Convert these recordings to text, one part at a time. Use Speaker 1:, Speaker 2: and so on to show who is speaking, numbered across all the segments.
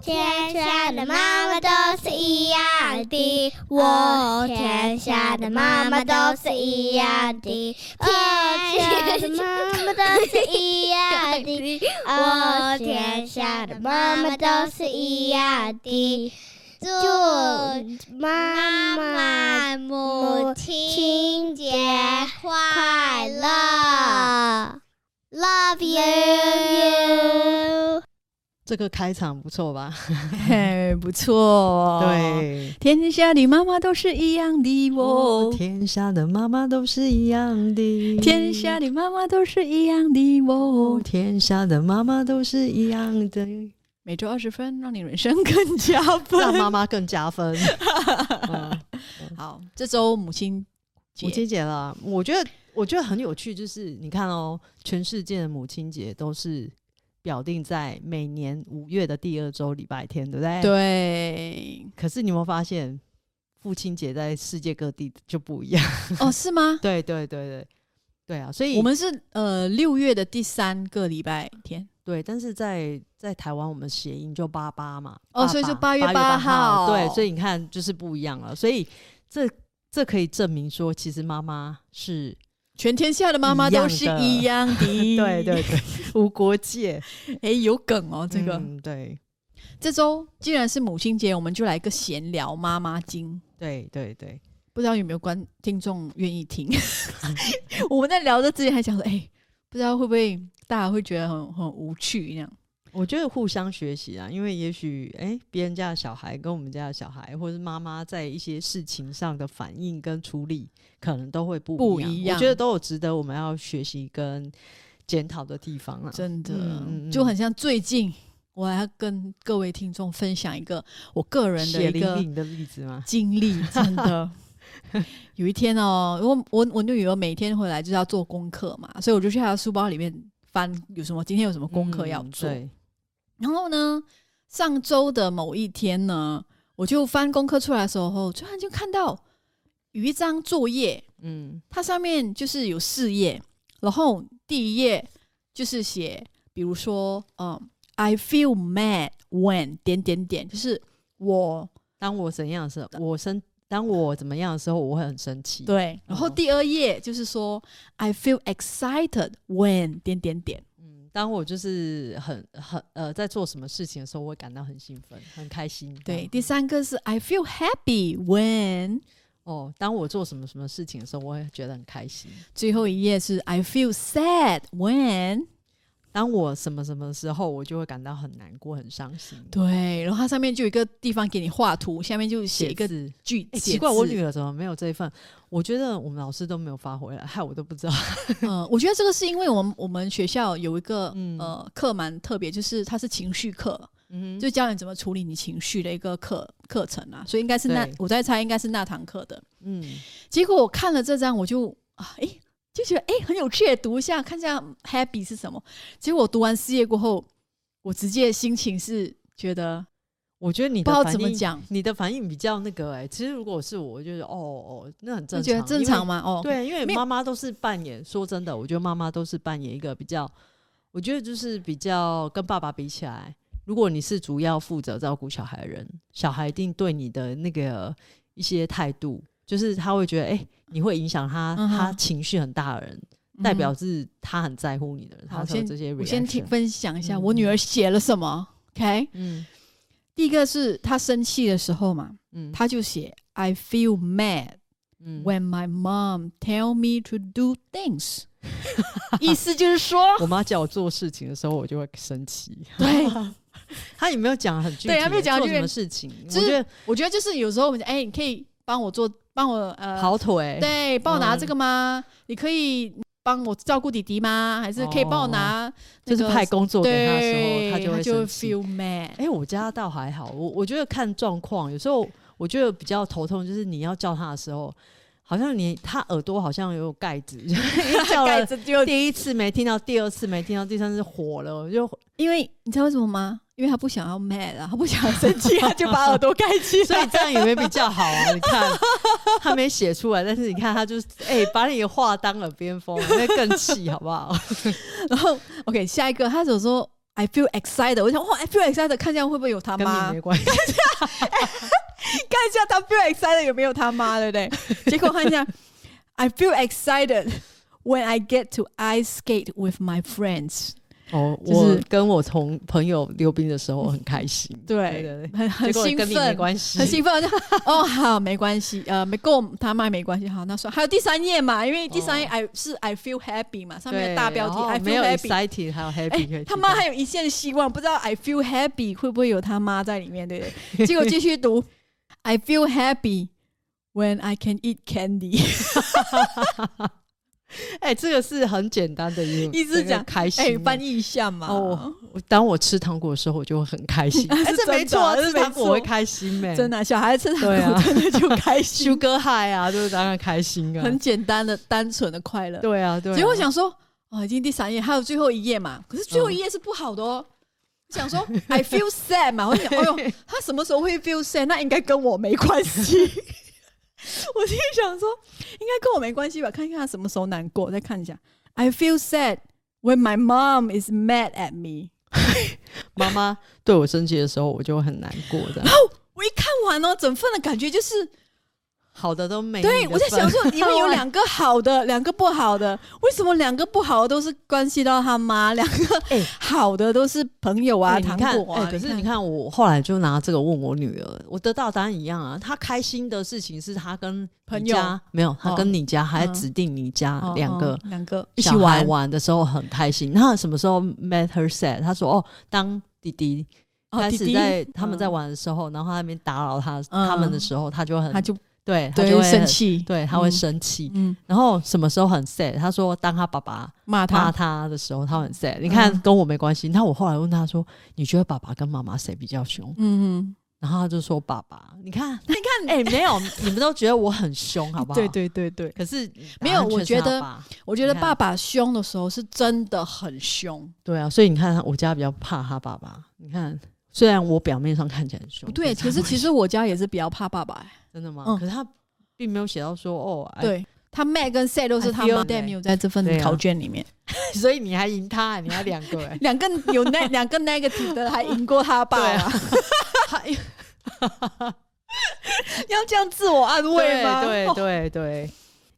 Speaker 1: 天下的妈妈都是一样的，哦，天下的妈妈都是一样 的，天下的妈妈都是一样的，哦，天下的妈妈都是一样的。祝妈妈母亲节快乐！Love you。
Speaker 2: 这个开场不错吧？
Speaker 3: 嘿， 不
Speaker 2: 哦
Speaker 3: 错。，哦
Speaker 2: 对，
Speaker 3: 天下的妈妈都是一样的
Speaker 2: 哦
Speaker 3: 哦，，
Speaker 2: 天下的妈妈都是一样的，
Speaker 3: 天下的妈妈都是一样的哦
Speaker 2: 哦，。天下的妈妈都是一样的，
Speaker 3: 每周二十分，让你人生更加
Speaker 2: 让
Speaker 3: 分。
Speaker 2: 妈妈更加 分。嗯
Speaker 3: 好，这周母亲节，
Speaker 2: 母亲节了，我觉得我觉得很有趣，就是你看哦，全世界的母亲节都是表定在每年五月的第二周礼拜天，对不对？。
Speaker 3: 对
Speaker 2: 可是你有没有发现，父亲节在世界各地就不一样？
Speaker 3: 哦，是吗？
Speaker 2: 对对对对对啊！所以
Speaker 3: 我们是呃六月的第三个礼拜天
Speaker 2: 对，但是在在台湾我们谐音就八八嘛，
Speaker 3: 哦
Speaker 2: 88
Speaker 3: 所以就
Speaker 2: 8
Speaker 3: 8
Speaker 2: 月
Speaker 3: 月
Speaker 2: 8
Speaker 3: 8
Speaker 2: 号，
Speaker 3: 号
Speaker 2: 对，所以你看就是不一样了，所以这这可以证明说，其实妈妈是
Speaker 3: 全天下的妈妈都是一样的，
Speaker 2: 对对对无国界，
Speaker 3: 哎、有梗哦，这个、
Speaker 2: 嗯对
Speaker 3: 这周既然是母亲节，我们就来个闲聊妈妈经，
Speaker 2: 对对对，
Speaker 3: 不知道有没有观听众愿意听？ 我们在聊的之前还想说，哎、不知道会不会大家会觉得很很无趣那样？
Speaker 2: 我觉得互相学习啊，因为也许哎，别人家的小孩跟我们家的小孩，或是妈妈在一些事情上的反应跟处理，可能都会不
Speaker 3: 不
Speaker 2: 一样，
Speaker 3: 一
Speaker 2: 我
Speaker 3: 样
Speaker 2: 觉得都有值得我们要学习跟检讨的地方啊。
Speaker 3: 真的、
Speaker 2: 嗯嗯嗯
Speaker 3: 就很像最近我要跟各位听众分享一个我个人的
Speaker 2: 血
Speaker 3: 一
Speaker 2: 淋
Speaker 3: 个
Speaker 2: 淋的例子吗？
Speaker 3: 经历，真的。有一天哦，我我我女儿每天回来就是要做功课嘛，所以我就去她的书包里面翻有什么今天有什么功课要
Speaker 2: 嗯
Speaker 3: 做。
Speaker 2: 对
Speaker 3: 然后呢，上周的某一天呢，我就翻功课出来的时候，突然就看到有一张作业，
Speaker 2: 嗯，
Speaker 3: 它上面就是有四页，然后第一页就是写，比如说，嗯，I feel mad when 点点点，就是我
Speaker 2: 当我怎样的时候，我生当我怎么样的时候，我会很生气。
Speaker 3: 对。然后
Speaker 2: 嗯
Speaker 3: 第二页就是说，I feel excited when 点点点。
Speaker 2: 嗯，当我就是很很呃，在做什么事情的时候，我会感到很兴奋，很开心。这
Speaker 3: 对，
Speaker 2: 样
Speaker 3: 第三个是 I feel happy when，
Speaker 2: 哦，当我做什么什么事情的时候，我会觉得很开心。
Speaker 3: 最后一页是 I feel sad when。
Speaker 2: 当我什么什么时候，我就会感到很难过、很伤心。
Speaker 3: 对，然后它上面就有一个地方给你画图，下面就写一个
Speaker 2: 字，
Speaker 3: 句
Speaker 2: 哎
Speaker 3: 子。
Speaker 2: 奇怪，我女
Speaker 3: 儿，
Speaker 2: 儿怎么没有这一份？我觉得我们老师都没有发回来，害我都不知道。
Speaker 3: 嗯、我觉得这个是因为我们我们学校有一个、
Speaker 2: 嗯
Speaker 3: 呃课蛮特别，就是它是情绪课，
Speaker 2: 嗯，
Speaker 3: 就教你怎么处理你情绪的一个课课程啊，所以应该是那
Speaker 2: 对
Speaker 3: 我在猜应该是那堂课的。
Speaker 2: 嗯，
Speaker 3: 结果我看了这张，我就啊，哎，就觉得哎很有趣，读一下看一下 happy 是什么。结果我读完四页过后，我直接心情是觉得
Speaker 2: 我觉得你
Speaker 3: 不
Speaker 2: 的
Speaker 3: 知道
Speaker 2: 反
Speaker 3: 怎么
Speaker 2: 应
Speaker 3: 讲，
Speaker 2: 你的反应比较那个哎、其实如果是我，我就是哦哦，那很正
Speaker 3: 就
Speaker 2: 常，
Speaker 3: 觉得正常吗？哦
Speaker 2: 因为。，对，因为
Speaker 3: 没有
Speaker 2: 妈妈都是扮演，说真的，我觉得妈妈都是扮演一个比较，我觉得就是比较跟爸爸比起来，如果你是主要负责照顾小孩的人，小孩一定对你的那个一些态度，就是他会觉得哎、你会影响他、
Speaker 3: 嗯哼
Speaker 2: 他情绪很大的人，
Speaker 3: 嗯
Speaker 2: 代表是他很在乎你的人，
Speaker 3: 好
Speaker 2: 他才有
Speaker 3: 先
Speaker 2: 这些 reaction。
Speaker 3: 我先听分享一下
Speaker 2: 嗯
Speaker 3: 我女儿写了什么。OK，
Speaker 2: 嗯
Speaker 3: 第一个是她生气的时候嘛，
Speaker 2: 嗯，
Speaker 3: 她就写 I feel mad
Speaker 2: 嗯
Speaker 3: when my mom tell me to do things，意思就是说，
Speaker 2: 我妈叫我做事情的时候，我就会生气。
Speaker 3: 对，
Speaker 2: 他也没有讲很具体，
Speaker 3: 对她没有讲
Speaker 2: 做
Speaker 3: 很
Speaker 2: 什
Speaker 3: 具体
Speaker 2: 么事情。我
Speaker 3: 就是
Speaker 2: 觉得
Speaker 3: 我觉得就是有时候我们讲，哎、你可以帮我做，帮我呃，
Speaker 2: 跑腿，
Speaker 3: 对，帮我拿
Speaker 2: 嗯
Speaker 3: 这个吗？你可以帮我照顾弟弟吗？还是可以帮我拿
Speaker 2: 就
Speaker 3: 那个、
Speaker 2: 是派工作哦给他的时候，
Speaker 3: 对，
Speaker 2: 他就会
Speaker 3: 会
Speaker 2: 生气。
Speaker 3: feel mad。
Speaker 2: 哎、我家倒还好，我我觉得看状况，有时候我觉得比较头痛，就是你要叫他的时候，好像你他耳朵好像有盖子， 叫
Speaker 3: 盖
Speaker 2: 了
Speaker 3: 子就
Speaker 2: 第一次没听到，第二次没听到，第三次火了，我就
Speaker 3: 因为你知道为什么吗？因为他不想要 mad 啊，他不想要生气，他就把耳朵盖起
Speaker 2: 所以这样也没比较好啊！你看，他没写出来，但是你看他就是哎、把你的话当耳边风，那更气好不好？
Speaker 3: 然后 OK，下一个他就说 I feel excited，我想哇，I feel excited，看这样会不会有他
Speaker 2: 跟
Speaker 3: 妈
Speaker 2: 你？没关系。
Speaker 3: 看一下他 feel excited 有没有他妈，对不 对？结果看一下，I feel excited when I get to ice skate with my friends。
Speaker 2: 哦，
Speaker 3: 就是
Speaker 2: 我跟我同朋友溜冰的时候我很开心，
Speaker 3: 对
Speaker 2: 对对结
Speaker 3: 很很
Speaker 2: 果
Speaker 3: 兴
Speaker 2: 跟你没
Speaker 3: 奋，
Speaker 2: 关系，
Speaker 3: 很兴奋， 就哦好，没关系，呃，没够他妈没关系，好，那算。还有第三页嘛，因为第三页
Speaker 2: 哦
Speaker 3: I 是 I feel happy 嘛，上面
Speaker 2: 对，哦
Speaker 3: 的大标题
Speaker 2: 然后
Speaker 3: I
Speaker 2: 没
Speaker 3: feel
Speaker 2: 有
Speaker 3: happy。
Speaker 2: excited，还有
Speaker 3: 哎
Speaker 2: happy，可以，
Speaker 3: 他
Speaker 2: 提
Speaker 3: 妈
Speaker 2: 到
Speaker 3: 还有一线希望，不知道 I feel happy 会不会有他妈在里面，对 不对？结果继续读 I feel happy when I can eat candy。
Speaker 2: 哎、这个是很简单的英文，
Speaker 3: 一直
Speaker 2: 这个
Speaker 3: 讲
Speaker 2: 开心
Speaker 3: 哎，
Speaker 2: 的。
Speaker 3: 翻译一下嘛。
Speaker 2: 哦，我当我吃糖果的时候，我就会很开心。哎，
Speaker 3: 是
Speaker 2: 这没
Speaker 3: 真的
Speaker 2: 错啊，
Speaker 3: 这
Speaker 2: 吃
Speaker 3: 没
Speaker 2: 糖果我会
Speaker 3: 错
Speaker 2: 开心呗、
Speaker 3: 真的、小孩吃糖
Speaker 2: 对
Speaker 3: 果
Speaker 2: 啊
Speaker 3: 真的就开心，
Speaker 2: ，Sugar High 啊，就是当然开心啊。
Speaker 3: 很简单的、单纯的快乐。
Speaker 2: 对啊，对啊。
Speaker 3: 结果我想说，哦，已经第三页，还有最后一页嘛。可是最后一页是不好的哦。我想说
Speaker 2: 嗯
Speaker 3: ，I feel sad 嘛，我想， 哎呦，他什么时候会 feel sad？那应该跟我没关系。 我心里想说，应该跟我没关系吧？看一看他什么时候难过，再看一下。I feel sad when my mom is mad at me。
Speaker 2: 妈妈对我生气的时候，我就会很难过的。
Speaker 3: 我一看完哦，整份的感觉就是
Speaker 2: 好的都哎没你的份。
Speaker 3: 对，我在想 说，里面有
Speaker 2: 我
Speaker 3: 两个好的，两个不好的，为什么两个不好的都是关系到他妈，两 个
Speaker 2: 哎
Speaker 3: 好的都是朋友啊、
Speaker 2: 哎你
Speaker 3: 糖
Speaker 2: 看，
Speaker 3: 果啊？
Speaker 2: 哎可是你，看，我后来就拿这个问我女儿，我得到答案一样啊。她开心的事情是她跟你
Speaker 3: 朋友
Speaker 2: 家没有，她
Speaker 3: 哦
Speaker 2: 跟你家还
Speaker 3: 嗯
Speaker 2: 指定你家
Speaker 3: 哦
Speaker 2: 两个
Speaker 3: 哦两个一
Speaker 2: 小
Speaker 3: 起
Speaker 2: 孩哦
Speaker 3: 玩，
Speaker 2: 玩的时候很开心。那什么时候 met her sad？他说哦，当弟弟
Speaker 3: 哦
Speaker 2: 开
Speaker 3: 弟
Speaker 2: 始
Speaker 3: 弟
Speaker 2: 在他们在
Speaker 3: 嗯
Speaker 2: 玩的时候，然后他那边打扰他
Speaker 3: 嗯
Speaker 2: 他们的时候，他就很
Speaker 3: 他就
Speaker 2: 对，嗯他
Speaker 3: 对
Speaker 2: 就会
Speaker 3: 生
Speaker 2: 很，
Speaker 3: 气，
Speaker 2: 对，他会
Speaker 3: 嗯，
Speaker 2: 生气。
Speaker 3: 嗯，
Speaker 2: 然后什么时候很 sad？他说当他爸爸
Speaker 3: 骂
Speaker 2: 骂
Speaker 3: 他，
Speaker 2: 他的时候，他很 sad。你看
Speaker 3: 啊嗯
Speaker 2: 跟我没关系。那我后来问他说，你觉得爸爸跟妈妈谁比较凶？
Speaker 3: 嗯
Speaker 2: 然后他就说爸爸。你看，
Speaker 3: 嗯， 你看，
Speaker 2: 哎，没有，你们都觉得我很 凶，好不好？
Speaker 3: 对。对对对，
Speaker 2: 可是
Speaker 3: 没有
Speaker 2: 答案
Speaker 3: 我
Speaker 2: 却是
Speaker 3: 觉
Speaker 2: 他
Speaker 3: 得
Speaker 2: 爸
Speaker 3: 我觉得
Speaker 2: 你看
Speaker 3: 爸爸凶的时候是真的很凶，
Speaker 2: 对啊，所以你看，我家比较怕他爸爸。你看，虽然我表面上看起来很凶，
Speaker 3: 不对，
Speaker 2: 但
Speaker 3: 可
Speaker 2: 是
Speaker 3: 是其实我家也是比较怕爸爸，哎
Speaker 2: 他真的吗？
Speaker 3: 嗯
Speaker 2: 可是他并没有写到说哦，哎，
Speaker 3: 对他 mad 跟 sad 都是他
Speaker 2: I feel
Speaker 3: 妈，但没有在这份
Speaker 2: 对啊
Speaker 3: 考卷里面。，
Speaker 2: 所以你还赢他，你还两个哎
Speaker 3: 两个有那两个 negative 的还赢过他爸、啊， 要这样自我安慰吗？
Speaker 2: 对
Speaker 3: 哦
Speaker 2: 对对对，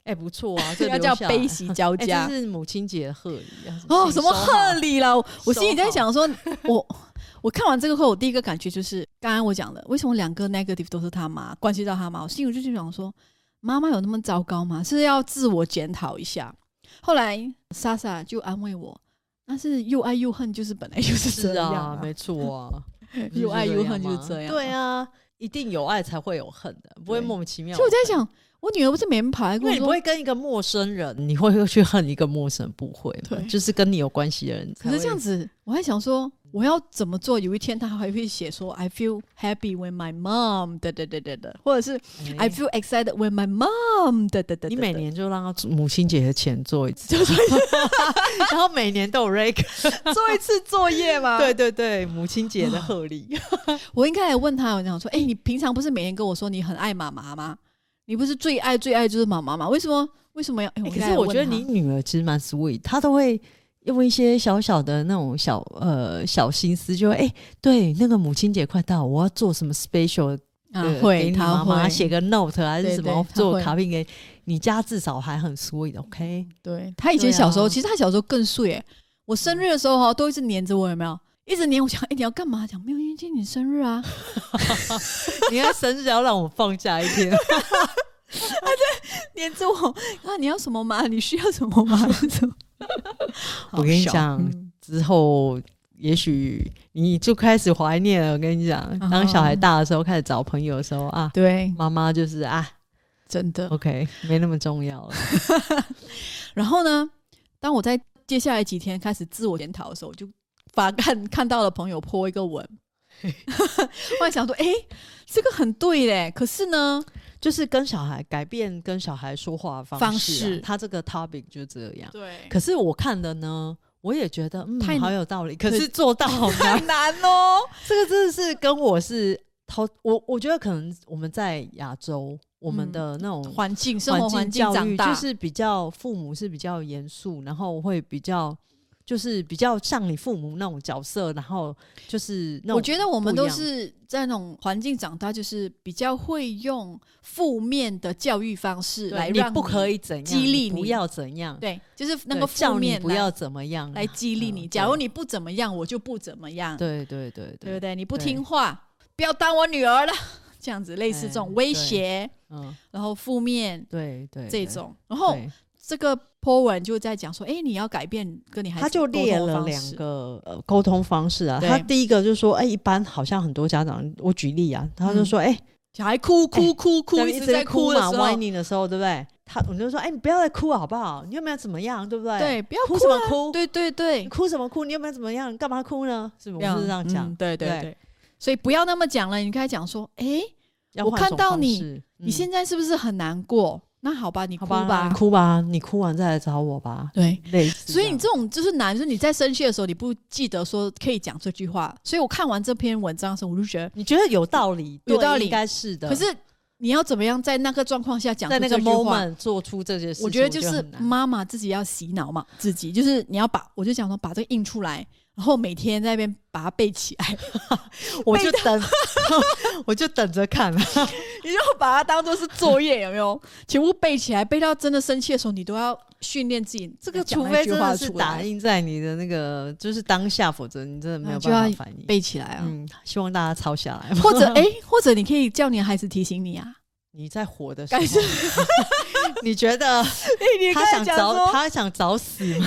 Speaker 2: 哎，不错啊，这
Speaker 3: 要
Speaker 2: 留
Speaker 3: 叫
Speaker 2: 下来
Speaker 3: 悲喜交
Speaker 2: 哎
Speaker 3: 加。
Speaker 2: 这是母亲节的贺礼啊
Speaker 3: 哦，什么贺？
Speaker 2: 请收好
Speaker 3: 礼啦？我我
Speaker 2: 收
Speaker 3: 心里在
Speaker 2: 好
Speaker 3: 想说， 我我看完这个后，我第一个感觉就是，刚刚我讲的，为什么两个 negative 都是他妈，关系到他妈？我心里就去想说，妈妈有那么糟糕吗？是要自我检讨一下。后来莎莎就安慰我，但是又爱又恨，就是本来就是这
Speaker 2: 是
Speaker 3: 样、
Speaker 2: 啊，没错 啊， 不是
Speaker 3: 又爱又
Speaker 2: 这样
Speaker 3: 恨就是
Speaker 2: 吗
Speaker 3: 这样。
Speaker 2: 对啊，一定有爱才会有恨的，不会
Speaker 3: 对
Speaker 2: 莫名其妙。
Speaker 3: 所以我在。想，我女儿不是每天跑来
Speaker 2: 啊因
Speaker 3: 跟
Speaker 2: 为
Speaker 3: 我
Speaker 2: 你不
Speaker 3: 说，
Speaker 2: 会跟一个陌生人，你会去恨一个陌生人，不会嘛
Speaker 3: 对
Speaker 2: 就是跟你有关系的人。
Speaker 3: 可是这样
Speaker 2: 子，
Speaker 3: 子，我还想说，我要怎么做？有一天她还会写说，I feel happy when my mom 的的的的的，或者是
Speaker 2: 哎
Speaker 3: I feel excited when my mom 的的的。
Speaker 2: 你每年就让他母亲节的前做一次，
Speaker 3: 就
Speaker 2: 然后每年都有 r e
Speaker 3: 做一次作业吗
Speaker 2: 对
Speaker 3: 对，
Speaker 2: 对对，母亲节的贺 礼。
Speaker 3: 我应该来问她，我想说，哎、你平常不是每天跟我说你很爱妈妈吗？你不是最爱最爱就是妈妈吗？为什么为什么要？
Speaker 2: 欸
Speaker 3: 哎，应
Speaker 2: 可
Speaker 3: 该
Speaker 2: 是
Speaker 3: 来
Speaker 2: 我
Speaker 3: 问
Speaker 2: 觉得
Speaker 3: 她
Speaker 2: 你女儿其实蛮 sweet，她都会用一些小小的那种小呃小心思，就会哎、欸对，那个母亲节快到，我要做什么 special
Speaker 3: 啊
Speaker 2: 对呃给
Speaker 3: 会，
Speaker 2: 你
Speaker 3: 她
Speaker 2: 妈妈
Speaker 3: 会
Speaker 2: 写个 note 啊还是
Speaker 3: 对
Speaker 2: 什
Speaker 3: 对
Speaker 2: 么
Speaker 3: 她
Speaker 2: 做
Speaker 3: 会嗯
Speaker 2: 卡片给你，你家至少还很 sweet，OK？、
Speaker 3: 对他以前
Speaker 2: 对啊
Speaker 3: 小时候，其实他小时候更碎、欸。我生日的时候哈，都一直黏着我，有没有？一直黏我想，哎、你要干嘛？讲没有，因为今天你生日啊。
Speaker 2: 你看生日要让我放假一天，
Speaker 3: 黏着我啊，你要什么吗？你需要什么吗？ 什么
Speaker 2: 我跟你
Speaker 3: 好笑
Speaker 2: 讲
Speaker 3: 嗯
Speaker 2: 之后。也许你就开始怀念了。我跟你讲，当小孩
Speaker 3: 嗯
Speaker 2: 大的时候，开始找朋友的时候啊，
Speaker 3: 对，
Speaker 2: 妈妈就是啊
Speaker 3: 真的。
Speaker 2: ，OK，没那么重要了。
Speaker 3: 然后呢，当我在接下来几天开始自我检讨的时候，我就发看看到了朋友泼一个文， 我还想说，哎、这个很对嘞。可是呢，
Speaker 2: 就是跟小孩改变跟小孩说话的方式,、啊、
Speaker 3: 方式
Speaker 2: 他这个 topic 就这样。
Speaker 3: 对
Speaker 2: 可是我看的呢，我也觉得嗯，
Speaker 3: 太
Speaker 2: 好有道理，可
Speaker 3: 对
Speaker 2: 是做到 好
Speaker 3: 太
Speaker 2: 难。
Speaker 3: 难哦。
Speaker 2: 这个真的是跟我是头，我我觉得可能我们在亚洲，我们
Speaker 3: 嗯
Speaker 2: 的那种
Speaker 3: 环境、生活环境
Speaker 2: 教
Speaker 3: 长
Speaker 2: 育
Speaker 3: 大，
Speaker 2: 就是比较父母是比较严肃，然后会比较就是比较像你父母那种角色，然后就是那种
Speaker 3: 我觉得我们
Speaker 2: 不一
Speaker 3: 都
Speaker 2: 样
Speaker 3: 是在那种环境长大，就是比较会用负面的教育方式
Speaker 2: 对
Speaker 3: 来
Speaker 2: 你
Speaker 3: 让
Speaker 2: 不可
Speaker 3: 以
Speaker 2: 以怎样，
Speaker 3: 激励
Speaker 2: 你不
Speaker 3: 你
Speaker 2: 要怎样，
Speaker 3: 对，就是那
Speaker 2: 对
Speaker 3: 个
Speaker 2: 叫
Speaker 3: 负
Speaker 2: 你
Speaker 3: 面
Speaker 2: 不
Speaker 3: 来
Speaker 2: 要怎么样
Speaker 3: 来激励
Speaker 2: 嗯
Speaker 3: 你。
Speaker 2: 对
Speaker 3: 假如你不怎么样，我就不怎么样，
Speaker 2: 对对对
Speaker 3: 嗯对不
Speaker 2: 对，
Speaker 3: 对？你不
Speaker 2: 对
Speaker 3: 听话，不要当我女儿了，这样子类似这
Speaker 2: 哎
Speaker 3: 种威
Speaker 2: 对
Speaker 3: 胁，
Speaker 2: 嗯，
Speaker 3: 然后负面
Speaker 2: 对对
Speaker 3: 这
Speaker 2: 对
Speaker 3: 种，然后
Speaker 2: 对
Speaker 3: 这个 po 文就在讲说，哎，你要改变跟你孩子
Speaker 2: 他就
Speaker 3: 沟通
Speaker 2: 列
Speaker 3: 的
Speaker 2: 了
Speaker 3: 方
Speaker 2: 两
Speaker 3: 式，
Speaker 2: 个呃沟通方式啊。
Speaker 3: 对
Speaker 2: 他第一个就是说，哎、一般好像很多家长，我举例啊，他就说，哎、
Speaker 3: 小孩哭哭哭 嗯哭，
Speaker 2: 在
Speaker 3: 一直在
Speaker 2: 哭
Speaker 3: 的
Speaker 2: 嘛
Speaker 3: 时候，
Speaker 2: ，whining 的时候，对不对？他我就说，哎、你不要再哭了好不好？你又没有怎么样，对不对？，
Speaker 3: 对，不要
Speaker 2: 哭
Speaker 3: 哭
Speaker 2: 什么
Speaker 3: 啊
Speaker 2: 哭？
Speaker 3: 对对对
Speaker 2: 你，哭什么哭？你又没有怎么样，你干嘛哭呢？是不是？我是这样讲、
Speaker 3: 嗯对对
Speaker 2: 对
Speaker 3: 对。所以不要那么讲了，你该讲说，哎、
Speaker 2: 要
Speaker 3: 我
Speaker 2: 换
Speaker 3: 看
Speaker 2: 种
Speaker 3: 到
Speaker 2: 方
Speaker 3: 你
Speaker 2: 式
Speaker 3: 你
Speaker 2: 嗯
Speaker 3: 现在是不是很难过？那好吧，你哭
Speaker 2: 好吧，你哭吧，你哭完再来找我吧。
Speaker 3: 对。
Speaker 2: 类似
Speaker 3: 所以
Speaker 2: 样
Speaker 3: 你这种就是难，就是你在生气的时候，你不记得说可以讲这句话。所以我看完这篇文章的时候，我就觉得，
Speaker 2: 你觉得有道理，
Speaker 3: 有
Speaker 2: 对
Speaker 3: 道理
Speaker 2: 应该是的。
Speaker 3: 可是你要怎么样在那个状况下讲出
Speaker 2: 在那个
Speaker 3: 这句话
Speaker 2: moment 做出这些事情，
Speaker 3: 我
Speaker 2: 我
Speaker 3: 觉得就是
Speaker 2: 很难
Speaker 3: 妈妈自己要洗脑嘛，自己就是你要把，我就想说把这个印出来，然后每天在那边把它背起来，
Speaker 2: 我就等， 我就等着看。啊
Speaker 3: 你就把它当做是作业，有没有？全部背起来，背到真的生气的时候，你都要训练自己
Speaker 2: 这个
Speaker 3: 讲
Speaker 2: 除
Speaker 3: 那
Speaker 2: 非
Speaker 3: 句
Speaker 2: 真
Speaker 3: 话
Speaker 2: 的是
Speaker 3: 出
Speaker 2: 打
Speaker 3: 来，
Speaker 2: 印在你的那个就是当下，否则你真的没有
Speaker 3: 那就
Speaker 2: 办
Speaker 3: 要
Speaker 2: 法反应。
Speaker 3: 背起来啊。
Speaker 2: 嗯，希望大家抄下来。
Speaker 3: 或 者哎、诶或者你可以叫你的孩子提醒你啊。
Speaker 2: 你在火的时
Speaker 3: 感觉
Speaker 2: 候， 你觉得
Speaker 3: 哎、你
Speaker 2: 他想找他想找死吗？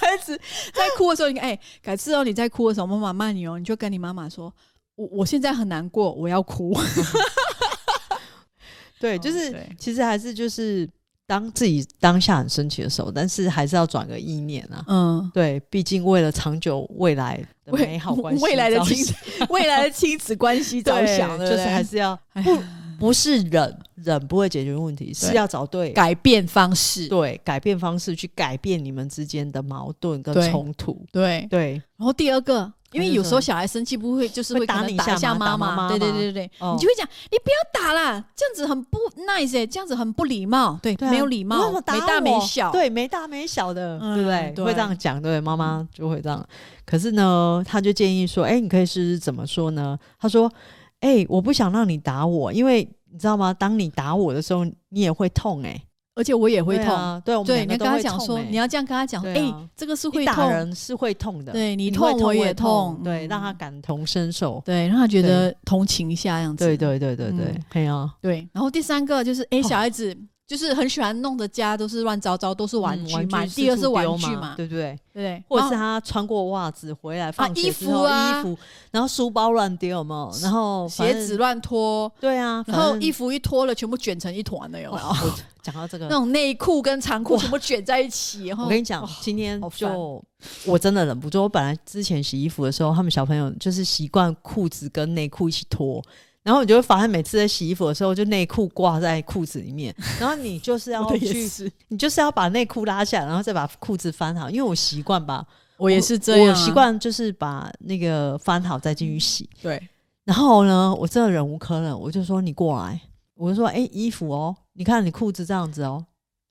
Speaker 3: 孩子 在哭的时候，你哎、改次哦，你在哭的时候，妈妈骂你哦，你就跟你妈妈说，我我现在很难过，我要哭。
Speaker 2: 对，就
Speaker 3: 哦
Speaker 2: 是
Speaker 3: 对
Speaker 2: 其实还是就是当自己当下很生气的时候，但是还是要转个意念啊。
Speaker 3: 嗯，
Speaker 2: 对，毕竟为了长久未来的
Speaker 3: 未
Speaker 2: 美好关系，
Speaker 3: 未来的
Speaker 2: 着
Speaker 3: 亲
Speaker 2: 想
Speaker 3: 未来的亲子关 系着
Speaker 2: 对
Speaker 3: 想，对
Speaker 2: 就
Speaker 3: 不
Speaker 2: 是
Speaker 3: 对
Speaker 2: 还是要
Speaker 3: 哎
Speaker 2: 不不是忍忍不会解决问题，是
Speaker 3: 对
Speaker 2: 要找对
Speaker 3: 改变方式。
Speaker 2: 对改变方式去改变你们之间的矛盾跟
Speaker 3: 对
Speaker 2: 冲突。
Speaker 3: 对，
Speaker 2: 对，
Speaker 3: 然后第二个，因为
Speaker 2: 还是
Speaker 3: 有
Speaker 2: 什
Speaker 3: 时候
Speaker 2: 么
Speaker 3: 小孩生气不会就是
Speaker 2: 会
Speaker 3: 会可
Speaker 2: 打
Speaker 3: 能
Speaker 2: 你一
Speaker 3: 打一
Speaker 2: 下
Speaker 3: 下
Speaker 2: 吗
Speaker 3: 妈
Speaker 2: 打妈妈
Speaker 3: 对对
Speaker 2: 吗
Speaker 3: 对对，
Speaker 2: 哦
Speaker 3: 你就会讲你不要打啦，这样子很不 nice，、欸、这样子很不礼貌，对，
Speaker 2: 对啊
Speaker 3: 没有礼
Speaker 2: 你为
Speaker 3: 貌
Speaker 2: 什么，打
Speaker 3: 没大没
Speaker 2: 我
Speaker 3: 小，
Speaker 2: 对，没大没小的，
Speaker 3: 嗯
Speaker 2: 对不对？
Speaker 3: 对嗯
Speaker 2: 会这样讲，对妈妈就会这样。可是呢，他就建议说，哎、你可以试试怎么说呢？他说，哎、我不想让你打我，因为你知道吗？当你打我的时候，你也会痛、哎，
Speaker 3: 而且我也会
Speaker 2: 对
Speaker 3: 痛，
Speaker 2: 啊对，我们
Speaker 3: 对，
Speaker 2: 两
Speaker 3: 你要
Speaker 2: 个都
Speaker 3: 跟他
Speaker 2: 会
Speaker 3: 讲
Speaker 2: 痛
Speaker 3: 说，
Speaker 2: 哎
Speaker 3: 你要这样跟他讲，哎、
Speaker 2: 对啊
Speaker 3: 这个是
Speaker 2: 你
Speaker 3: 会
Speaker 2: 打
Speaker 3: 痛，
Speaker 2: 人是会痛的，
Speaker 3: 对你
Speaker 2: 会
Speaker 3: 痛我
Speaker 2: 我
Speaker 3: 也
Speaker 2: 痛，
Speaker 3: 痛
Speaker 2: 对，
Speaker 3: 嗯
Speaker 2: 让他感同身受。
Speaker 3: 对，让他觉
Speaker 2: 对
Speaker 3: 得同情一下这样子，
Speaker 2: 对对对对对
Speaker 3: 嗯，
Speaker 2: 嘿啊，
Speaker 3: 对然后第三个就是，哎、
Speaker 2: 哦
Speaker 3: 小孩子。就是很喜欢弄得家都是乱糟糟，都是玩
Speaker 2: 嗯
Speaker 3: 具嘛，
Speaker 2: 四
Speaker 3: 第二
Speaker 2: 处
Speaker 3: 是玩
Speaker 2: 丢
Speaker 3: 具
Speaker 2: 嘛
Speaker 3: 嘛，，
Speaker 2: 对不对？
Speaker 3: 对不对？
Speaker 2: 或者
Speaker 3: 然
Speaker 2: 是
Speaker 3: 后
Speaker 2: 他穿过袜子回来
Speaker 3: 啊
Speaker 2: 放学
Speaker 3: 衣
Speaker 2: 之
Speaker 3: 服
Speaker 2: 后
Speaker 3: 啊
Speaker 2: 衣服，然后书包乱丢，有没有？然后反
Speaker 3: 鞋
Speaker 2: 正
Speaker 3: 子乱脱，
Speaker 2: 对啊，
Speaker 3: 然后衣
Speaker 2: 服
Speaker 3: 服一脱了，全部卷成一团了，有没 有？
Speaker 2: 讲到这
Speaker 3: 那
Speaker 2: 个，
Speaker 3: 种内裤跟长裤全部卷在一起。
Speaker 2: 嗯我跟
Speaker 3: 你
Speaker 2: 你讲
Speaker 3: 哦，
Speaker 2: 今天
Speaker 3: 好烦
Speaker 2: 就我真的忍不住，我本来之前洗衣服的时候，他们小朋友就是习惯裤子跟内裤一起脱。然后你就会发现，每次在洗衣服的时候，就内裤挂在裤子里面，然后你就是 要去
Speaker 3: 是，
Speaker 2: 你就是要把内裤拉下来，然后再把裤子翻好，因为我习惯把，
Speaker 3: 我也是这
Speaker 2: 我
Speaker 3: 样、啊
Speaker 2: 习。惯就是把那个翻好再进去洗。
Speaker 3: 对，
Speaker 2: 然后呢，我真的忍无可忍，我就说你过来，我就说哎、诶衣服哦，你看你裤子这样子哦，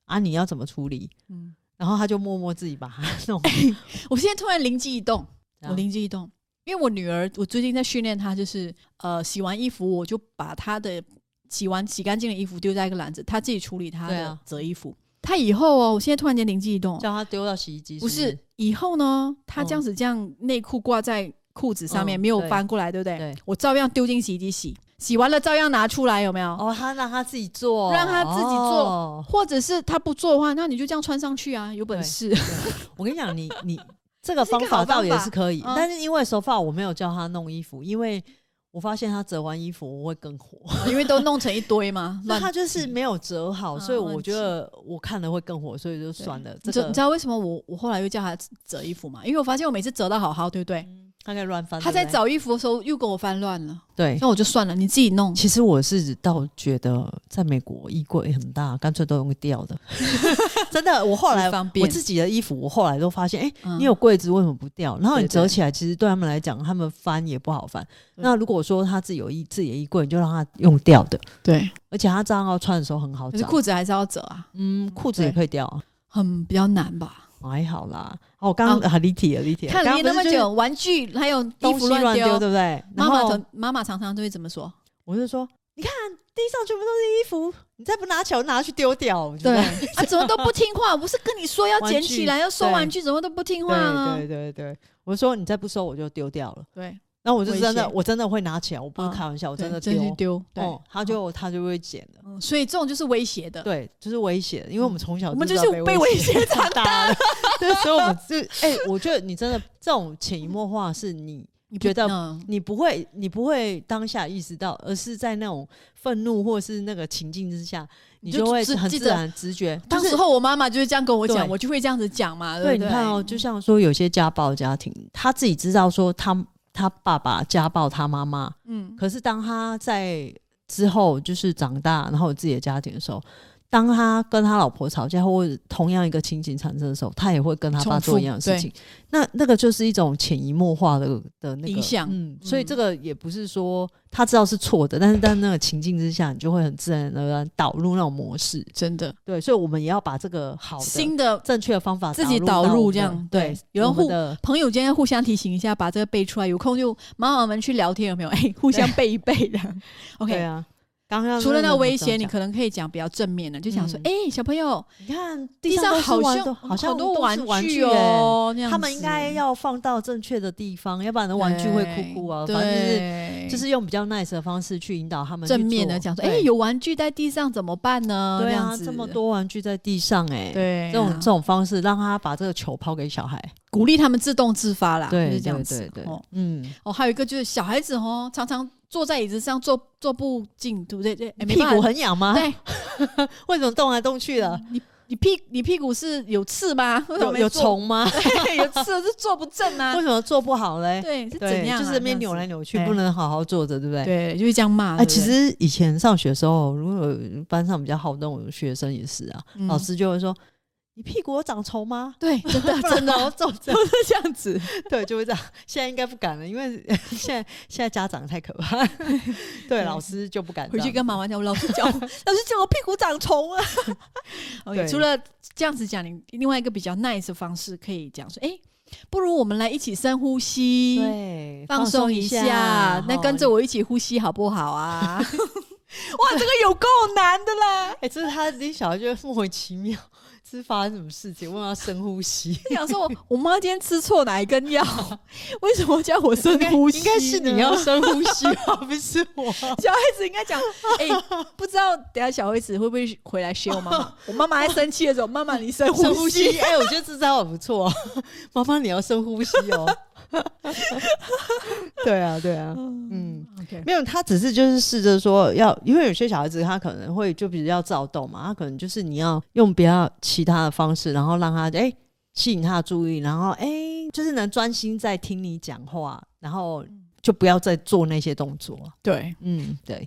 Speaker 2: 啊你要怎么处理？
Speaker 3: 嗯，
Speaker 2: 然后他就默默自己把它弄。
Speaker 3: 哎 我现在突然灵机一动，
Speaker 2: 这样
Speaker 3: 我灵机一动，因为我女儿，我最近在训练她，就是呃，洗完衣服我就把她的洗完洗干净的衣服丢在一个篮子，她自己处理她
Speaker 2: 对
Speaker 3: 的
Speaker 2: 啊
Speaker 3: 折衣服。她以后哦，我现在突然间灵机一动，
Speaker 2: 叫他丢到洗衣机，
Speaker 3: 不
Speaker 2: 是
Speaker 3: 是以后呢，她
Speaker 2: 嗯
Speaker 3: 这样子这样内裤挂在裤子上面、
Speaker 2: 嗯
Speaker 3: 没有
Speaker 2: 对
Speaker 3: 翻过来，对不对？
Speaker 2: 对
Speaker 3: 我照样丢进洗衣机洗，洗完了照样拿出来，有没有？
Speaker 2: 哦，他让他自己做，
Speaker 3: 让他自己做
Speaker 2: 哦
Speaker 3: 或者是他不做的话，那你就这样穿上去啊，有本
Speaker 2: 对
Speaker 3: 事。
Speaker 2: 我跟你讲，你你这个
Speaker 3: 这是一
Speaker 2: 方
Speaker 3: 个
Speaker 2: 法
Speaker 3: 好
Speaker 2: 倒
Speaker 3: 方
Speaker 2: 也
Speaker 3: 法
Speaker 2: 是可以，
Speaker 3: 嗯
Speaker 2: 但是因为手法我没有叫他弄衣服，因为我发现他折完衣服我会更火。
Speaker 3: 因为都弄成一堆 嘛，
Speaker 2: 那
Speaker 3: 哦乱
Speaker 2: 他就是
Speaker 3: 挤
Speaker 2: 没有折好，
Speaker 3: 嗯
Speaker 2: 所以我
Speaker 3: 乱
Speaker 2: 觉
Speaker 3: 挤
Speaker 2: 得我看了会更火，所以就算了。这
Speaker 3: 你知
Speaker 2: 个
Speaker 3: 你知道为什么我我后来又叫他折衣服嘛？因为我发现我每次折的好好，对不对？
Speaker 2: 嗯他可以乱翻，
Speaker 3: 他
Speaker 2: 对
Speaker 3: 在
Speaker 2: 不对
Speaker 3: 找衣服的时候又跟我翻乱了，
Speaker 2: 对。
Speaker 3: 那我就算了，你自己 弄。
Speaker 2: 其实我是倒觉得，在美国衣柜很大，干脆都用掉 的。真的，我后来
Speaker 3: 不方
Speaker 2: 哎
Speaker 3: 便
Speaker 2: 我自己的衣服，我后来都发现，哎、
Speaker 3: 嗯
Speaker 2: 你有柜子为什么不掉？然后你
Speaker 3: 对对
Speaker 2: 折起来，其实对他们来讲，他们翻也不好翻。
Speaker 3: 对
Speaker 2: 那如果说他自己有衣自己的衣柜，你就让他用掉的，
Speaker 3: 对，
Speaker 2: 而且他这样要穿的时候很好
Speaker 3: 可是
Speaker 2: 找。
Speaker 3: 裤子还是要折啊，
Speaker 2: 嗯，裤子也
Speaker 3: 对
Speaker 2: 可以掉啊，
Speaker 3: 很比较难吧？
Speaker 2: 还好啦。哦，我刚刚啊离题了，离题了。
Speaker 3: 看
Speaker 2: 刚
Speaker 3: 你
Speaker 2: 刚
Speaker 3: 那
Speaker 2: 不
Speaker 3: 么
Speaker 2: 是就是
Speaker 3: 久，玩具还有衣
Speaker 2: 东
Speaker 3: 服
Speaker 2: 西乱
Speaker 3: 丢
Speaker 2: 丢，，对不对？然
Speaker 3: 妈妈
Speaker 2: 后
Speaker 3: 常妈妈常常都会怎么说？
Speaker 2: 我就说，你看地上全部都是衣服，你再不拿起来，我拿去丢掉。我就这
Speaker 3: 对
Speaker 2: 样
Speaker 3: 啊，怎么都不听话？我不是跟你说要
Speaker 2: 玩
Speaker 3: 捡
Speaker 2: 具
Speaker 3: 起来要收
Speaker 2: 对
Speaker 3: 玩具，怎么都不听话啊？
Speaker 2: 对对对对，我说你再不收，我就丢掉了。
Speaker 3: 对，
Speaker 2: 然后我就真的，
Speaker 3: 威胁
Speaker 2: 我真的会拿起来，我不是
Speaker 3: 嗯
Speaker 2: 开玩笑，我真的
Speaker 3: 对真去
Speaker 2: 丢。
Speaker 3: 丢。对，
Speaker 2: 哦，他就他就会捡了。
Speaker 3: 嗯所以这种就是威胁的。
Speaker 2: 对，就是威胁，因为我们从小
Speaker 3: 嗯我们
Speaker 2: 知道
Speaker 3: 就是
Speaker 2: 被
Speaker 3: 被威
Speaker 2: 胁长大的，对，所以我们就哎、我觉得你真的这种潜移默化是你
Speaker 3: 你不
Speaker 2: 觉得
Speaker 3: 嗯
Speaker 2: 你不会，你不会当下意识到，而是在那种愤怒或是那个情境之下，你
Speaker 3: 你就
Speaker 2: 就会
Speaker 3: 只
Speaker 2: 很
Speaker 3: 记
Speaker 2: 自
Speaker 3: 得
Speaker 2: 然直觉。
Speaker 3: 当
Speaker 2: 就是
Speaker 3: 时候我妈妈就是这样跟我讲，
Speaker 2: 对
Speaker 3: 我就会这样子讲嘛，
Speaker 2: 对，
Speaker 3: 不
Speaker 2: 你
Speaker 3: 对？嗯
Speaker 2: 看哦，就像说有些家暴家庭，他自己知道说他他爸爸家暴他妈妈，
Speaker 3: 嗯，
Speaker 2: 可是当他在之后就是长大，然后有自己的家庭的时候。当他跟他老婆吵架，或者同样一个情景产生的时候，他也会跟他爸
Speaker 3: 重复
Speaker 2: 做一样的事情。那那个就是一种潜移默化的的那个
Speaker 3: 影响
Speaker 2: 嗯，所以
Speaker 3: 嗯
Speaker 2: 这个也不是说他知道是错的，但是在那个情境之下，你就会很自然而然导入那种模式。
Speaker 3: 真的
Speaker 2: 对，所以我们也要把这个好的
Speaker 3: 新的
Speaker 2: 正确的方法
Speaker 3: 自己
Speaker 2: 到
Speaker 3: 导入
Speaker 2: 我们
Speaker 3: 这样
Speaker 2: 对
Speaker 3: 对，有人
Speaker 2: 我们
Speaker 3: 互
Speaker 2: 的
Speaker 3: 朋友间互相提醒一下，把这个背出来，有空就妈妈们去聊天有没有？ 哎，互相背一背 这样。
Speaker 2: 对
Speaker 3: OK，
Speaker 2: 啊。刚刚
Speaker 3: 除了
Speaker 2: 个
Speaker 3: 那个威胁，你
Speaker 2: 可
Speaker 3: 可能可以讲比较正面的，就想说
Speaker 2: 嗯，
Speaker 3: 哎，小朋友，
Speaker 2: 你看
Speaker 3: 地
Speaker 2: 上都是
Speaker 3: 好
Speaker 2: 玩
Speaker 3: 像
Speaker 2: 的好像
Speaker 3: 好多
Speaker 2: 都是玩
Speaker 3: 具
Speaker 2: 欸，
Speaker 3: 哦，那样
Speaker 2: 他们应
Speaker 3: 子
Speaker 2: 该要放到正确的地方，要不然的玩具会哭哭啊。
Speaker 3: 对
Speaker 2: 反正就是
Speaker 3: 对
Speaker 2: 就是用比较 nice 的方式去引导他们去
Speaker 3: 正面的
Speaker 2: 做
Speaker 3: 讲说，
Speaker 2: 对
Speaker 3: 哎，有玩具在地上怎么办呢？
Speaker 2: 对
Speaker 3: 样
Speaker 2: 啊，
Speaker 3: 子
Speaker 2: 这么，多玩具在地上哎，
Speaker 3: 对啊，
Speaker 2: 这种这种方式让他把这个球抛给小孩，
Speaker 3: 鼓励他们自动自发啦，啊就
Speaker 2: 对
Speaker 3: 是这样
Speaker 2: 对
Speaker 3: 子
Speaker 2: 对对
Speaker 3: 哦，
Speaker 2: 嗯，
Speaker 3: 哦，还有一个就是小孩子哦，常常坐在椅子上坐坐不进，对不对？对，哎没
Speaker 2: 屁
Speaker 3: 办
Speaker 2: 股
Speaker 3: 法
Speaker 2: 很痒吗？
Speaker 3: 对，
Speaker 2: 为什么动来动去的？
Speaker 3: 你你屁你屁股是有刺 吗？为什么
Speaker 2: 有
Speaker 3: 没
Speaker 2: 有
Speaker 3: 坐，
Speaker 2: 虫吗？
Speaker 3: 对 有刺是坐不正啊
Speaker 2: 为。什么做不好嘞？
Speaker 3: 对，是
Speaker 2: 对
Speaker 3: 怎，样啊？
Speaker 2: 就是那边
Speaker 3: 这
Speaker 2: 扭
Speaker 3: 样
Speaker 2: 来
Speaker 3: 子
Speaker 2: 扭去，
Speaker 3: 哎
Speaker 2: 不能好好坐着，对不对？
Speaker 3: 对，就是这样骂。
Speaker 2: 啊，
Speaker 3: 对不
Speaker 2: 其
Speaker 3: 对
Speaker 2: 实以前上学的时候，如果有班上比较好动的学生也是啊，
Speaker 3: 嗯
Speaker 2: 老师就会说：“你屁股有长虫吗？”
Speaker 3: 对， 真的真的哦
Speaker 2: 我走着，
Speaker 3: 都是这样 子。
Speaker 2: 对，就会这样。现在应该不敢了，因为呃现在现在家长太可 怕，对，老师就不敢这
Speaker 3: 回
Speaker 2: 样。
Speaker 3: 去跟妈妈 讲，我老师讲我，老师讲我屁股长虫啊。OK，
Speaker 2: 对
Speaker 3: 除了这样子讲，你另外一个比较 nice 的方式可以讲说，哎、不如我们来一起深呼吸。
Speaker 2: 对
Speaker 3: 放松一下，那跟着
Speaker 2: 我。
Speaker 3: 我一起呼吸好不好啊？ 哇，这个有够难的啦！
Speaker 2: 哎，这是他那小孩就会莫名其妙，这是发生什么事情？问他深呼吸，
Speaker 3: 我想说我，我妈今天吃错哪一根药？ 为什么叫我深呼吸
Speaker 2: 应
Speaker 3: 呢？
Speaker 2: 该是你要哦深呼吸吧，不是我。
Speaker 3: 小孩子应该讲，哎、不知道等一下小孩子会不会回来学我妈妈？我妈妈在生气的时候，妈妈你深
Speaker 2: 深
Speaker 3: 呼
Speaker 2: 呼
Speaker 3: 吸。
Speaker 2: 吸，哎、我觉得这招很不错， 麻烦你要深呼吸哦。 对啊，对啊，嗯，
Speaker 3: OK，
Speaker 2: 没有，他只是就是试着说要，因为有些小孩子他可能会就比较躁动嘛，他可能就是你要用比较其他的方式，然后让他哎、吸引他的注意，然后哎、就是能专心在听你讲话，然后就不要再做那些动作。
Speaker 3: 对，
Speaker 2: 嗯，对，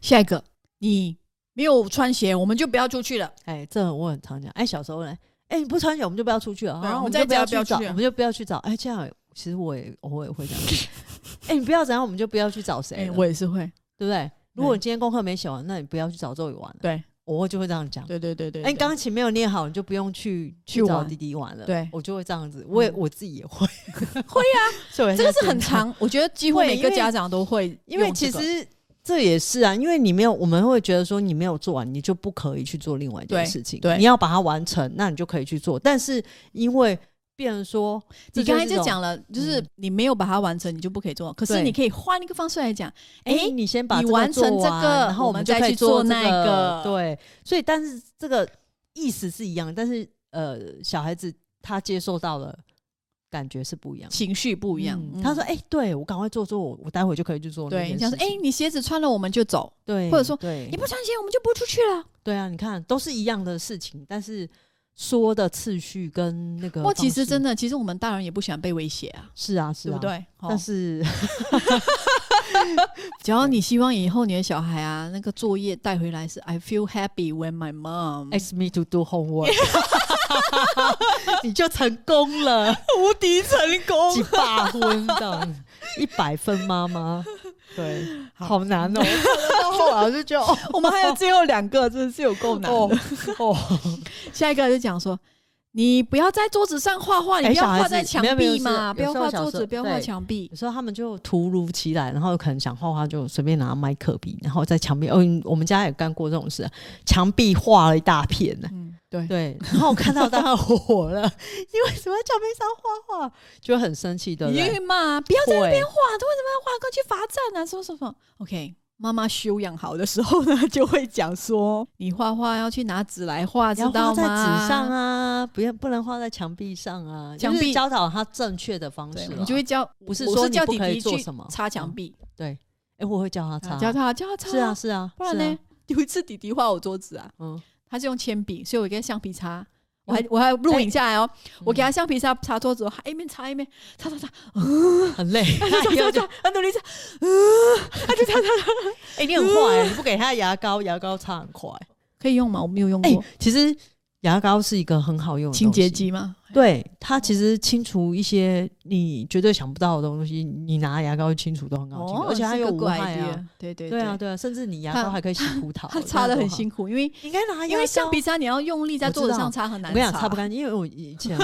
Speaker 3: 下一个，你没有穿鞋，我们就不要出去了。
Speaker 2: 哎、这我很常讲，哎、小时候呢，哎、你不穿鞋我们就不要出去了，
Speaker 3: 对啊
Speaker 2: 然后
Speaker 3: 我
Speaker 2: 我们
Speaker 3: 们在
Speaker 2: 就不要
Speaker 3: 家不要
Speaker 2: 去找，
Speaker 3: 去啊
Speaker 2: 我们就不要去找，哎、这样其实我也偶尔会这样， 哎、你不要怎样，我们就不要去找谁
Speaker 3: 哎、
Speaker 2: 了，
Speaker 3: 我也是会，
Speaker 2: 对不对？如果你今天功课没写完，那你不要去找周宇玩了，
Speaker 3: 对，
Speaker 2: 我就会这样讲。
Speaker 3: 对对对对
Speaker 2: 哎，你钢琴没有练好，你就不用去
Speaker 3: 去
Speaker 2: 找
Speaker 3: 玩
Speaker 2: 弟弟玩了。
Speaker 3: 对
Speaker 2: 我就会这样子，我也
Speaker 3: 嗯
Speaker 2: 我自己也会，会啊。 所以我
Speaker 3: 这
Speaker 2: 现在
Speaker 3: 个是很
Speaker 2: 检讨
Speaker 3: 长，我觉得几乎
Speaker 2: 会
Speaker 3: 每
Speaker 2: 因
Speaker 3: 个
Speaker 2: 为
Speaker 3: 家长都会
Speaker 2: 因为
Speaker 3: 用
Speaker 2: 其
Speaker 3: 这个
Speaker 2: 实这也是啊，因为你没有，我们会觉得说你没有做完，你就不可以去做另外一件
Speaker 3: 对
Speaker 2: 事情。
Speaker 3: 对
Speaker 2: 你要把它完成，那你就可以去做。但是因为变成说，
Speaker 3: 你
Speaker 2: 这是
Speaker 3: 刚才
Speaker 2: 一
Speaker 3: 就
Speaker 2: 种，嗯
Speaker 3: 讲了，就是你没有把它完成，你就不可以做。可是
Speaker 2: 对
Speaker 3: 你可以换一个方式来讲，
Speaker 2: 哎、
Speaker 3: 哎，
Speaker 2: 你先把
Speaker 3: 你
Speaker 2: 这个
Speaker 3: 完成
Speaker 2: 做
Speaker 3: 这
Speaker 2: 完
Speaker 3: 个
Speaker 2: 然后
Speaker 3: 我
Speaker 2: 们
Speaker 3: 们
Speaker 2: 就
Speaker 3: 再
Speaker 2: 可以
Speaker 3: 去做
Speaker 2: 这
Speaker 3: 那个
Speaker 2: 对，所以但是这个意思是一样，但是呃，小孩子他接受到了感觉是不一样的。
Speaker 3: 情绪不
Speaker 2: 不
Speaker 3: 一样。嗯
Speaker 2: 他说：“哎、对我赶快做做，我我待会就可以去做那件
Speaker 3: 对，你
Speaker 2: 事
Speaker 3: 想
Speaker 2: 情。
Speaker 3: 说，哎，你鞋子穿了，我们就走。
Speaker 2: 对，
Speaker 3: 或者说
Speaker 2: 对
Speaker 3: 你不穿鞋，我们就不出去了。
Speaker 2: 对啊，你看都是一样的事情，但是说的次序跟那个
Speaker 3: 不过其实真
Speaker 2: 的
Speaker 3: 的，其实我们大人也不喜欢被威胁啊，
Speaker 2: 是啊，是
Speaker 3: 对
Speaker 2: 啊，
Speaker 3: 不？对？
Speaker 2: 但
Speaker 3: 哦
Speaker 2: 是
Speaker 3: 只要你希望以后你的小孩啊，那个作业带回来是 I feel happy when my mom
Speaker 2: ask me to do homework，你就成功了，
Speaker 3: 无敌成
Speaker 2: 几
Speaker 3: 功。
Speaker 2: 把分的，一百分妈妈，对，好难哦。 到后来我就觉得哦
Speaker 3: 我们还有最后两个，真的是有够难的。
Speaker 2: 哦，
Speaker 3: 下一个就讲说，你不要在桌子上画画，你不要
Speaker 2: 哎小孩
Speaker 3: 画
Speaker 2: 子
Speaker 3: 在墙
Speaker 2: 没有没有
Speaker 3: 壁嘛，
Speaker 2: 是
Speaker 3: 不要
Speaker 2: 有时候
Speaker 3: 画
Speaker 2: 小
Speaker 3: 桌
Speaker 2: 时候
Speaker 3: 子，不要画
Speaker 2: 对
Speaker 3: 墙壁。
Speaker 2: 有时候他们就突如其来，然后可能想画画就随便拿麦克笔，然后在墙壁，哦，我们家也干过这种事、啊，墙壁画了一大片呢、
Speaker 3: 嗯，对，
Speaker 2: 对，然后我看到当然 火了，你为什么在墙壁上画画？就很生气，对不
Speaker 3: 你就
Speaker 2: 对
Speaker 3: 会？骂，不要在那
Speaker 2: 会
Speaker 3: 边画，为什么要画？过去罚站啊，什么什么？OK，妈妈修养好的时候呢， 就会讲说，你画画要去拿纸来画，知
Speaker 2: 要画
Speaker 3: 道吗？
Speaker 2: 在纸上啊，不要不能画在墙壁上啊，
Speaker 3: 墙
Speaker 2: 就是
Speaker 3: 壁
Speaker 2: 教导他正确的方
Speaker 3: 对，
Speaker 2: 式啊
Speaker 3: 我
Speaker 2: 啦，
Speaker 3: 们就会教，
Speaker 2: 不是
Speaker 3: 啊我
Speaker 2: 说你
Speaker 3: 叫
Speaker 2: 不
Speaker 3: 弟
Speaker 2: 可以
Speaker 3: 弟
Speaker 2: 做
Speaker 3: 去
Speaker 2: 什么
Speaker 3: 擦墙壁，
Speaker 2: 对，哎，我会教他擦，
Speaker 3: 教他教他擦，
Speaker 2: 是啊，是啊，
Speaker 3: 不然
Speaker 2: 是啊
Speaker 3: 呢？？有一次弟弟画我桌子啊，
Speaker 2: 嗯，
Speaker 3: 他是用铅笔，所以我给他橡皮擦。我还我还录影下来哦，我给他橡皮擦擦桌子，我还一面擦 一面擦擦擦，
Speaker 2: 嗯很 累，
Speaker 3: 擦擦擦，很努力擦， 嗯，他就擦擦擦，
Speaker 2: 哎，你很坏欸，你不给他牙膏，牙膏擦很
Speaker 3: 哦
Speaker 2: 快。
Speaker 3: 可以用吗？我没有用
Speaker 2: 哎、
Speaker 3: 过，
Speaker 2: 其实牙膏是一个很好用的
Speaker 3: 清洁
Speaker 2: 东西，
Speaker 3: 剂吗？
Speaker 2: 对它其实清除一些你绝对想不到的东西，你拿牙膏去清除都很好清楚，而且它
Speaker 3: 哦是
Speaker 2: 又
Speaker 3: 个
Speaker 2: 无
Speaker 3: 怪
Speaker 2: 害啊。
Speaker 3: idea，对对
Speaker 2: 对啊，，对啊，甚至你牙膏
Speaker 3: 它
Speaker 2: 还可以洗葡萄，
Speaker 3: 他擦的很辛
Speaker 2: 苦。
Speaker 3: 苦，因为
Speaker 2: 你应该拿牙膏，
Speaker 3: 因为橡皮擦你要用力在桌子上擦很
Speaker 2: 我
Speaker 3: 难，
Speaker 2: 跟你讲擦不干净，因为我以 前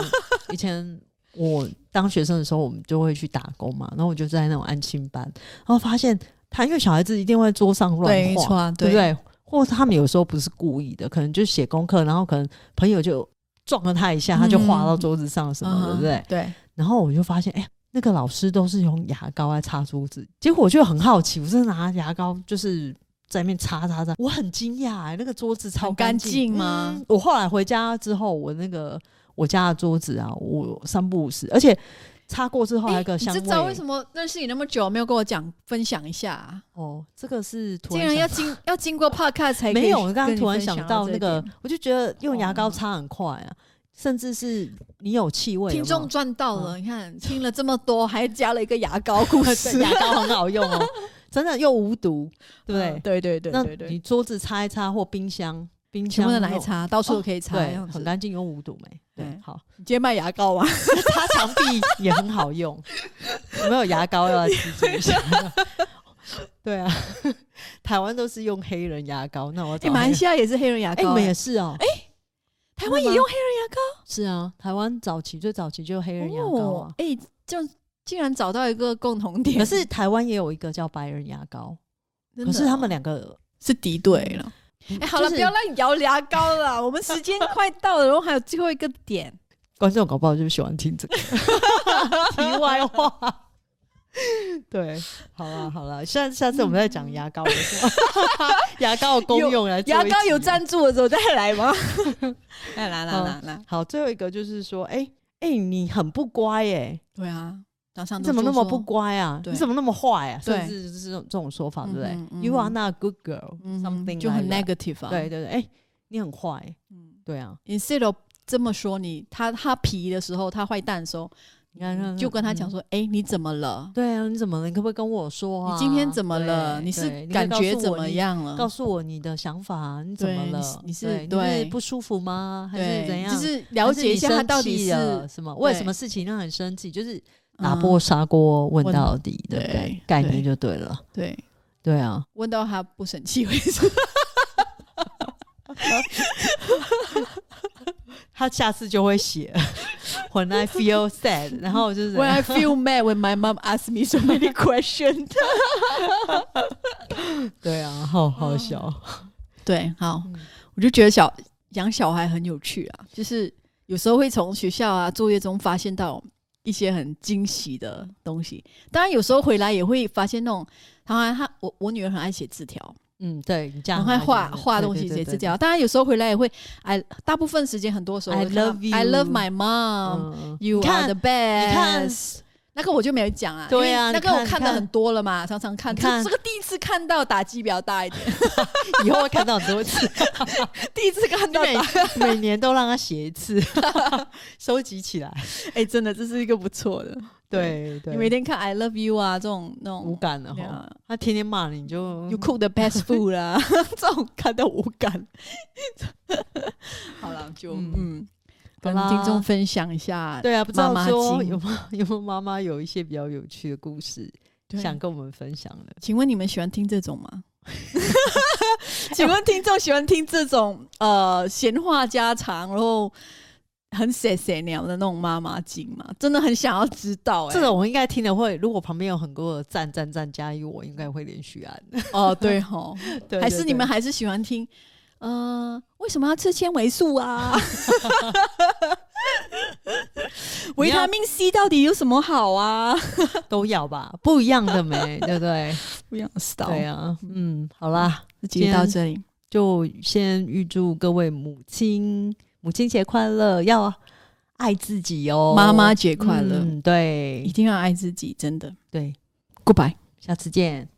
Speaker 2: 以前。我当学生的时候，我们就会去打工嘛，然后我就在那种安亲班，然后发现他因为小孩子一定会在桌上乱
Speaker 3: 对，
Speaker 2: 画，
Speaker 3: 错，
Speaker 2: 对不对？或者他们有时候不是故意的，可能就写功课，然后可能朋友就撞了他一下，他
Speaker 3: 嗯
Speaker 2: 就滑到桌子上什么的，对不对？
Speaker 3: 对，
Speaker 2: 然后我就发现，哎、那个老师都是用牙膏来擦桌子，结果我就很好奇，我是拿牙膏就是在那边擦擦擦，我很惊讶、哎，那个桌子超
Speaker 3: 很干
Speaker 2: 净
Speaker 3: 净吗
Speaker 2: 嗯我后来回家之后，我那个我家的桌子啊，我三不五时，而且擦过之后还有一个
Speaker 3: 你
Speaker 2: 香味。
Speaker 3: 知道为什么认识你那么久没有跟我讲分享一下啊？
Speaker 2: 哦，这个是突
Speaker 3: 竟
Speaker 2: 然
Speaker 3: 然
Speaker 2: 想
Speaker 3: 要经要经过 podcast 才可以
Speaker 2: 没有，我刚
Speaker 3: 跟
Speaker 2: 刚
Speaker 3: 你
Speaker 2: 突然
Speaker 3: 分享
Speaker 2: 想到
Speaker 3: 这
Speaker 2: 那
Speaker 3: 一
Speaker 2: 个
Speaker 3: 点，
Speaker 2: 我就觉得用牙膏
Speaker 3: 哦
Speaker 2: 擦很快啊，甚至是你有气味有没有，
Speaker 3: 听众赚到了，
Speaker 2: 嗯
Speaker 3: 你看听了这么多，还加了一个牙 膏故事，
Speaker 2: 牙膏很好用哦，真的又无毒，对不对？
Speaker 3: 嗯对对对
Speaker 2: 那
Speaker 3: 对对，
Speaker 2: 你桌子擦一擦或冰箱，冰
Speaker 3: 全
Speaker 2: 箱
Speaker 3: 部的
Speaker 2: 那
Speaker 3: 奶
Speaker 2: 种哦
Speaker 3: 茶到处都可以擦，
Speaker 2: 对
Speaker 3: 这样，子
Speaker 2: 很干净又无毒没。对
Speaker 3: 对，
Speaker 2: 好，
Speaker 3: 你今天卖牙膏吗？
Speaker 2: 擦墙壁也很好用，有没有牙膏要来吃注一下？ 对啊， 台湾都是用黑人牙膏，那我
Speaker 3: 哎，
Speaker 2: 找 黑
Speaker 3: 马来
Speaker 2: 人
Speaker 3: 西亚也是黑人牙
Speaker 2: 哦哎，你
Speaker 3: 膏
Speaker 2: 们
Speaker 3: 欸，
Speaker 2: 也是哦，
Speaker 3: 台湾也用黑人牙膏。
Speaker 2: 是啊，台湾早期最早期就黑人牙膏啊
Speaker 3: 哦，，哎、这样竟然找到一个共同点，
Speaker 2: 可是台湾也有一个叫白人牙膏，
Speaker 3: 真的
Speaker 2: 可是他们
Speaker 3: 哦
Speaker 2: 两个，
Speaker 3: 是敌对了。哎、好了，
Speaker 2: 就是
Speaker 3: 不要乱摇牙膏了，我们时 间快到了，然后还有最后一个点，
Speaker 2: 观众搞不好就喜欢听 这个题外话。对，好了好了，下下次我们再讲牙膏的时候， 牙膏的功用来做一
Speaker 3: 牙膏有
Speaker 2: 集
Speaker 3: 赞助的时候再来吗？嗯来 来
Speaker 2: 来来
Speaker 3: 来，
Speaker 2: 好，最后一个就是说，哎、哎、你很不乖哎、
Speaker 3: 对啊，早上
Speaker 2: 你
Speaker 3: 都
Speaker 2: 怎么那么
Speaker 3: 说
Speaker 2: 不？乖啊？
Speaker 3: 对
Speaker 2: 你怎么那么坏啊？
Speaker 3: 对
Speaker 2: 甚至就是这种这种说法，对不对、
Speaker 3: 嗯哼
Speaker 2: y o u
Speaker 3: 嗯
Speaker 2: are
Speaker 3: 哼
Speaker 2: not a good girl，something、
Speaker 3: 嗯
Speaker 2: like
Speaker 3: 就很
Speaker 2: that
Speaker 3: negative 啊。
Speaker 2: 对对对，哎、你很坏，
Speaker 3: 嗯
Speaker 2: 对啊，
Speaker 3: ，instead of 这么说你，他他皮的时候，他坏蛋的时候，
Speaker 2: 你看看
Speaker 3: 就跟他讲
Speaker 2: 嗯
Speaker 3: 说，哎、你怎么了？
Speaker 2: 对啊，你怎么了？你可不可以跟我说啊？
Speaker 3: 你今天怎么了？
Speaker 2: 对
Speaker 3: 你是
Speaker 2: 对可以
Speaker 3: 感
Speaker 2: 告诉
Speaker 3: 觉怎
Speaker 2: 我
Speaker 3: 么
Speaker 2: 你？
Speaker 3: 样了？
Speaker 2: 告诉我你的想法，你怎么
Speaker 3: 嗯对
Speaker 2: 了
Speaker 3: 你是？你
Speaker 2: 对
Speaker 3: 是对
Speaker 2: 不舒服吗？还
Speaker 3: 对
Speaker 2: 是怎样？
Speaker 3: 就是了
Speaker 2: 还是
Speaker 3: 解一
Speaker 2: 你
Speaker 3: 下他
Speaker 2: 生
Speaker 3: 到底
Speaker 2: 气
Speaker 3: 是
Speaker 2: 了什么？为
Speaker 3: 对
Speaker 2: 什么事情让你生气？就是
Speaker 3: 嗯
Speaker 2: 打破砂锅问
Speaker 3: 问
Speaker 2: 到底，对不对
Speaker 3: 对？
Speaker 2: 概念就对了。
Speaker 3: 对，
Speaker 2: 对啊，
Speaker 3: 问到他不生气为止。
Speaker 2: 他下次就会 写 When I feel sad，然后就是
Speaker 3: When I feel mad when my mom asks me so many questions，
Speaker 2: 对啊，好好笑。
Speaker 3: 对，好，
Speaker 2: 嗯
Speaker 3: 我就觉得小养小孩很有趣啊，就是有时候会从学校啊作业中发现到一些很惊喜的东西。当然，有时候回来也会发现那种，当然他我我女儿很爱写字条，
Speaker 2: 嗯，对你这样
Speaker 3: 很爱画
Speaker 2: 就是
Speaker 3: 画
Speaker 2: 对
Speaker 3: 东
Speaker 2: 对
Speaker 3: 西
Speaker 2: 对
Speaker 3: 写
Speaker 2: 对
Speaker 3: 字条。当然，有时候回来也会，I 大部分时间很多时候
Speaker 2: I
Speaker 3: 会看到
Speaker 2: love you
Speaker 3: I love my mom，
Speaker 2: 嗯
Speaker 3: You
Speaker 2: 你
Speaker 3: are
Speaker 2: 看
Speaker 3: the
Speaker 2: 看
Speaker 3: best。那个我就没有讲啊，
Speaker 2: 对啊
Speaker 3: 呀，那
Speaker 2: 你
Speaker 3: 个我
Speaker 2: 看你
Speaker 3: 看的
Speaker 2: 看
Speaker 3: 很多了嘛，常常看。
Speaker 2: 你
Speaker 3: 这
Speaker 2: 看
Speaker 3: 这个第一次看到打击比较大一点，
Speaker 2: 以后会看到很多次，
Speaker 3: 第一次看
Speaker 2: 你
Speaker 3: 到
Speaker 2: 每
Speaker 3: 打，
Speaker 2: 每年都让他写一 次，收集起来。
Speaker 3: 哎，真的这是一个不错的。
Speaker 2: 对对，
Speaker 3: 你每天看 I love you 啊，这种那
Speaker 2: 无
Speaker 3: 种
Speaker 2: 感了
Speaker 3: 对
Speaker 2: 哈
Speaker 3: 啊，
Speaker 2: 他天天骂你，你就
Speaker 3: You cook the best food 啦， 这种看到无感。 好了，就
Speaker 2: 嗯
Speaker 3: 嗯，
Speaker 2: 好
Speaker 3: 跟
Speaker 2: 啦
Speaker 3: 听众分享一下，
Speaker 2: 对啊，不知道
Speaker 3: 妈妈
Speaker 2: 说
Speaker 3: 经
Speaker 2: 有没有有没有妈 妈有一些比较有趣的故事
Speaker 3: 对
Speaker 2: 想跟我们分享的？
Speaker 3: 请问你们喜欢听这种 吗？请问听众喜欢听这种呃闲话家常，然后很谢谢鸟的那种妈妈经嘛，真的很想要知道、欸。
Speaker 2: 这种我应该听了会，如果旁边有很多的赞赞赞加一，我应该会连续 按。
Speaker 3: 哦， 对吼，
Speaker 2: 对
Speaker 3: 还是你们还是喜欢听？呃，为什么要吃纤维素 啊？维他命 C 到底有什么好啊？
Speaker 2: 对都要吧？不一样的 没，对不对？
Speaker 3: 不想知道。
Speaker 2: 对啊，嗯，好啦，
Speaker 3: 今天到这里，
Speaker 2: 就先预祝各位母亲母亲节快乐，要爱自己哦，
Speaker 3: 妈妈节快乐，
Speaker 2: 嗯，对
Speaker 3: 一定要爱自己，真的。
Speaker 2: 对，
Speaker 3: Goodbye。
Speaker 2: 下次见。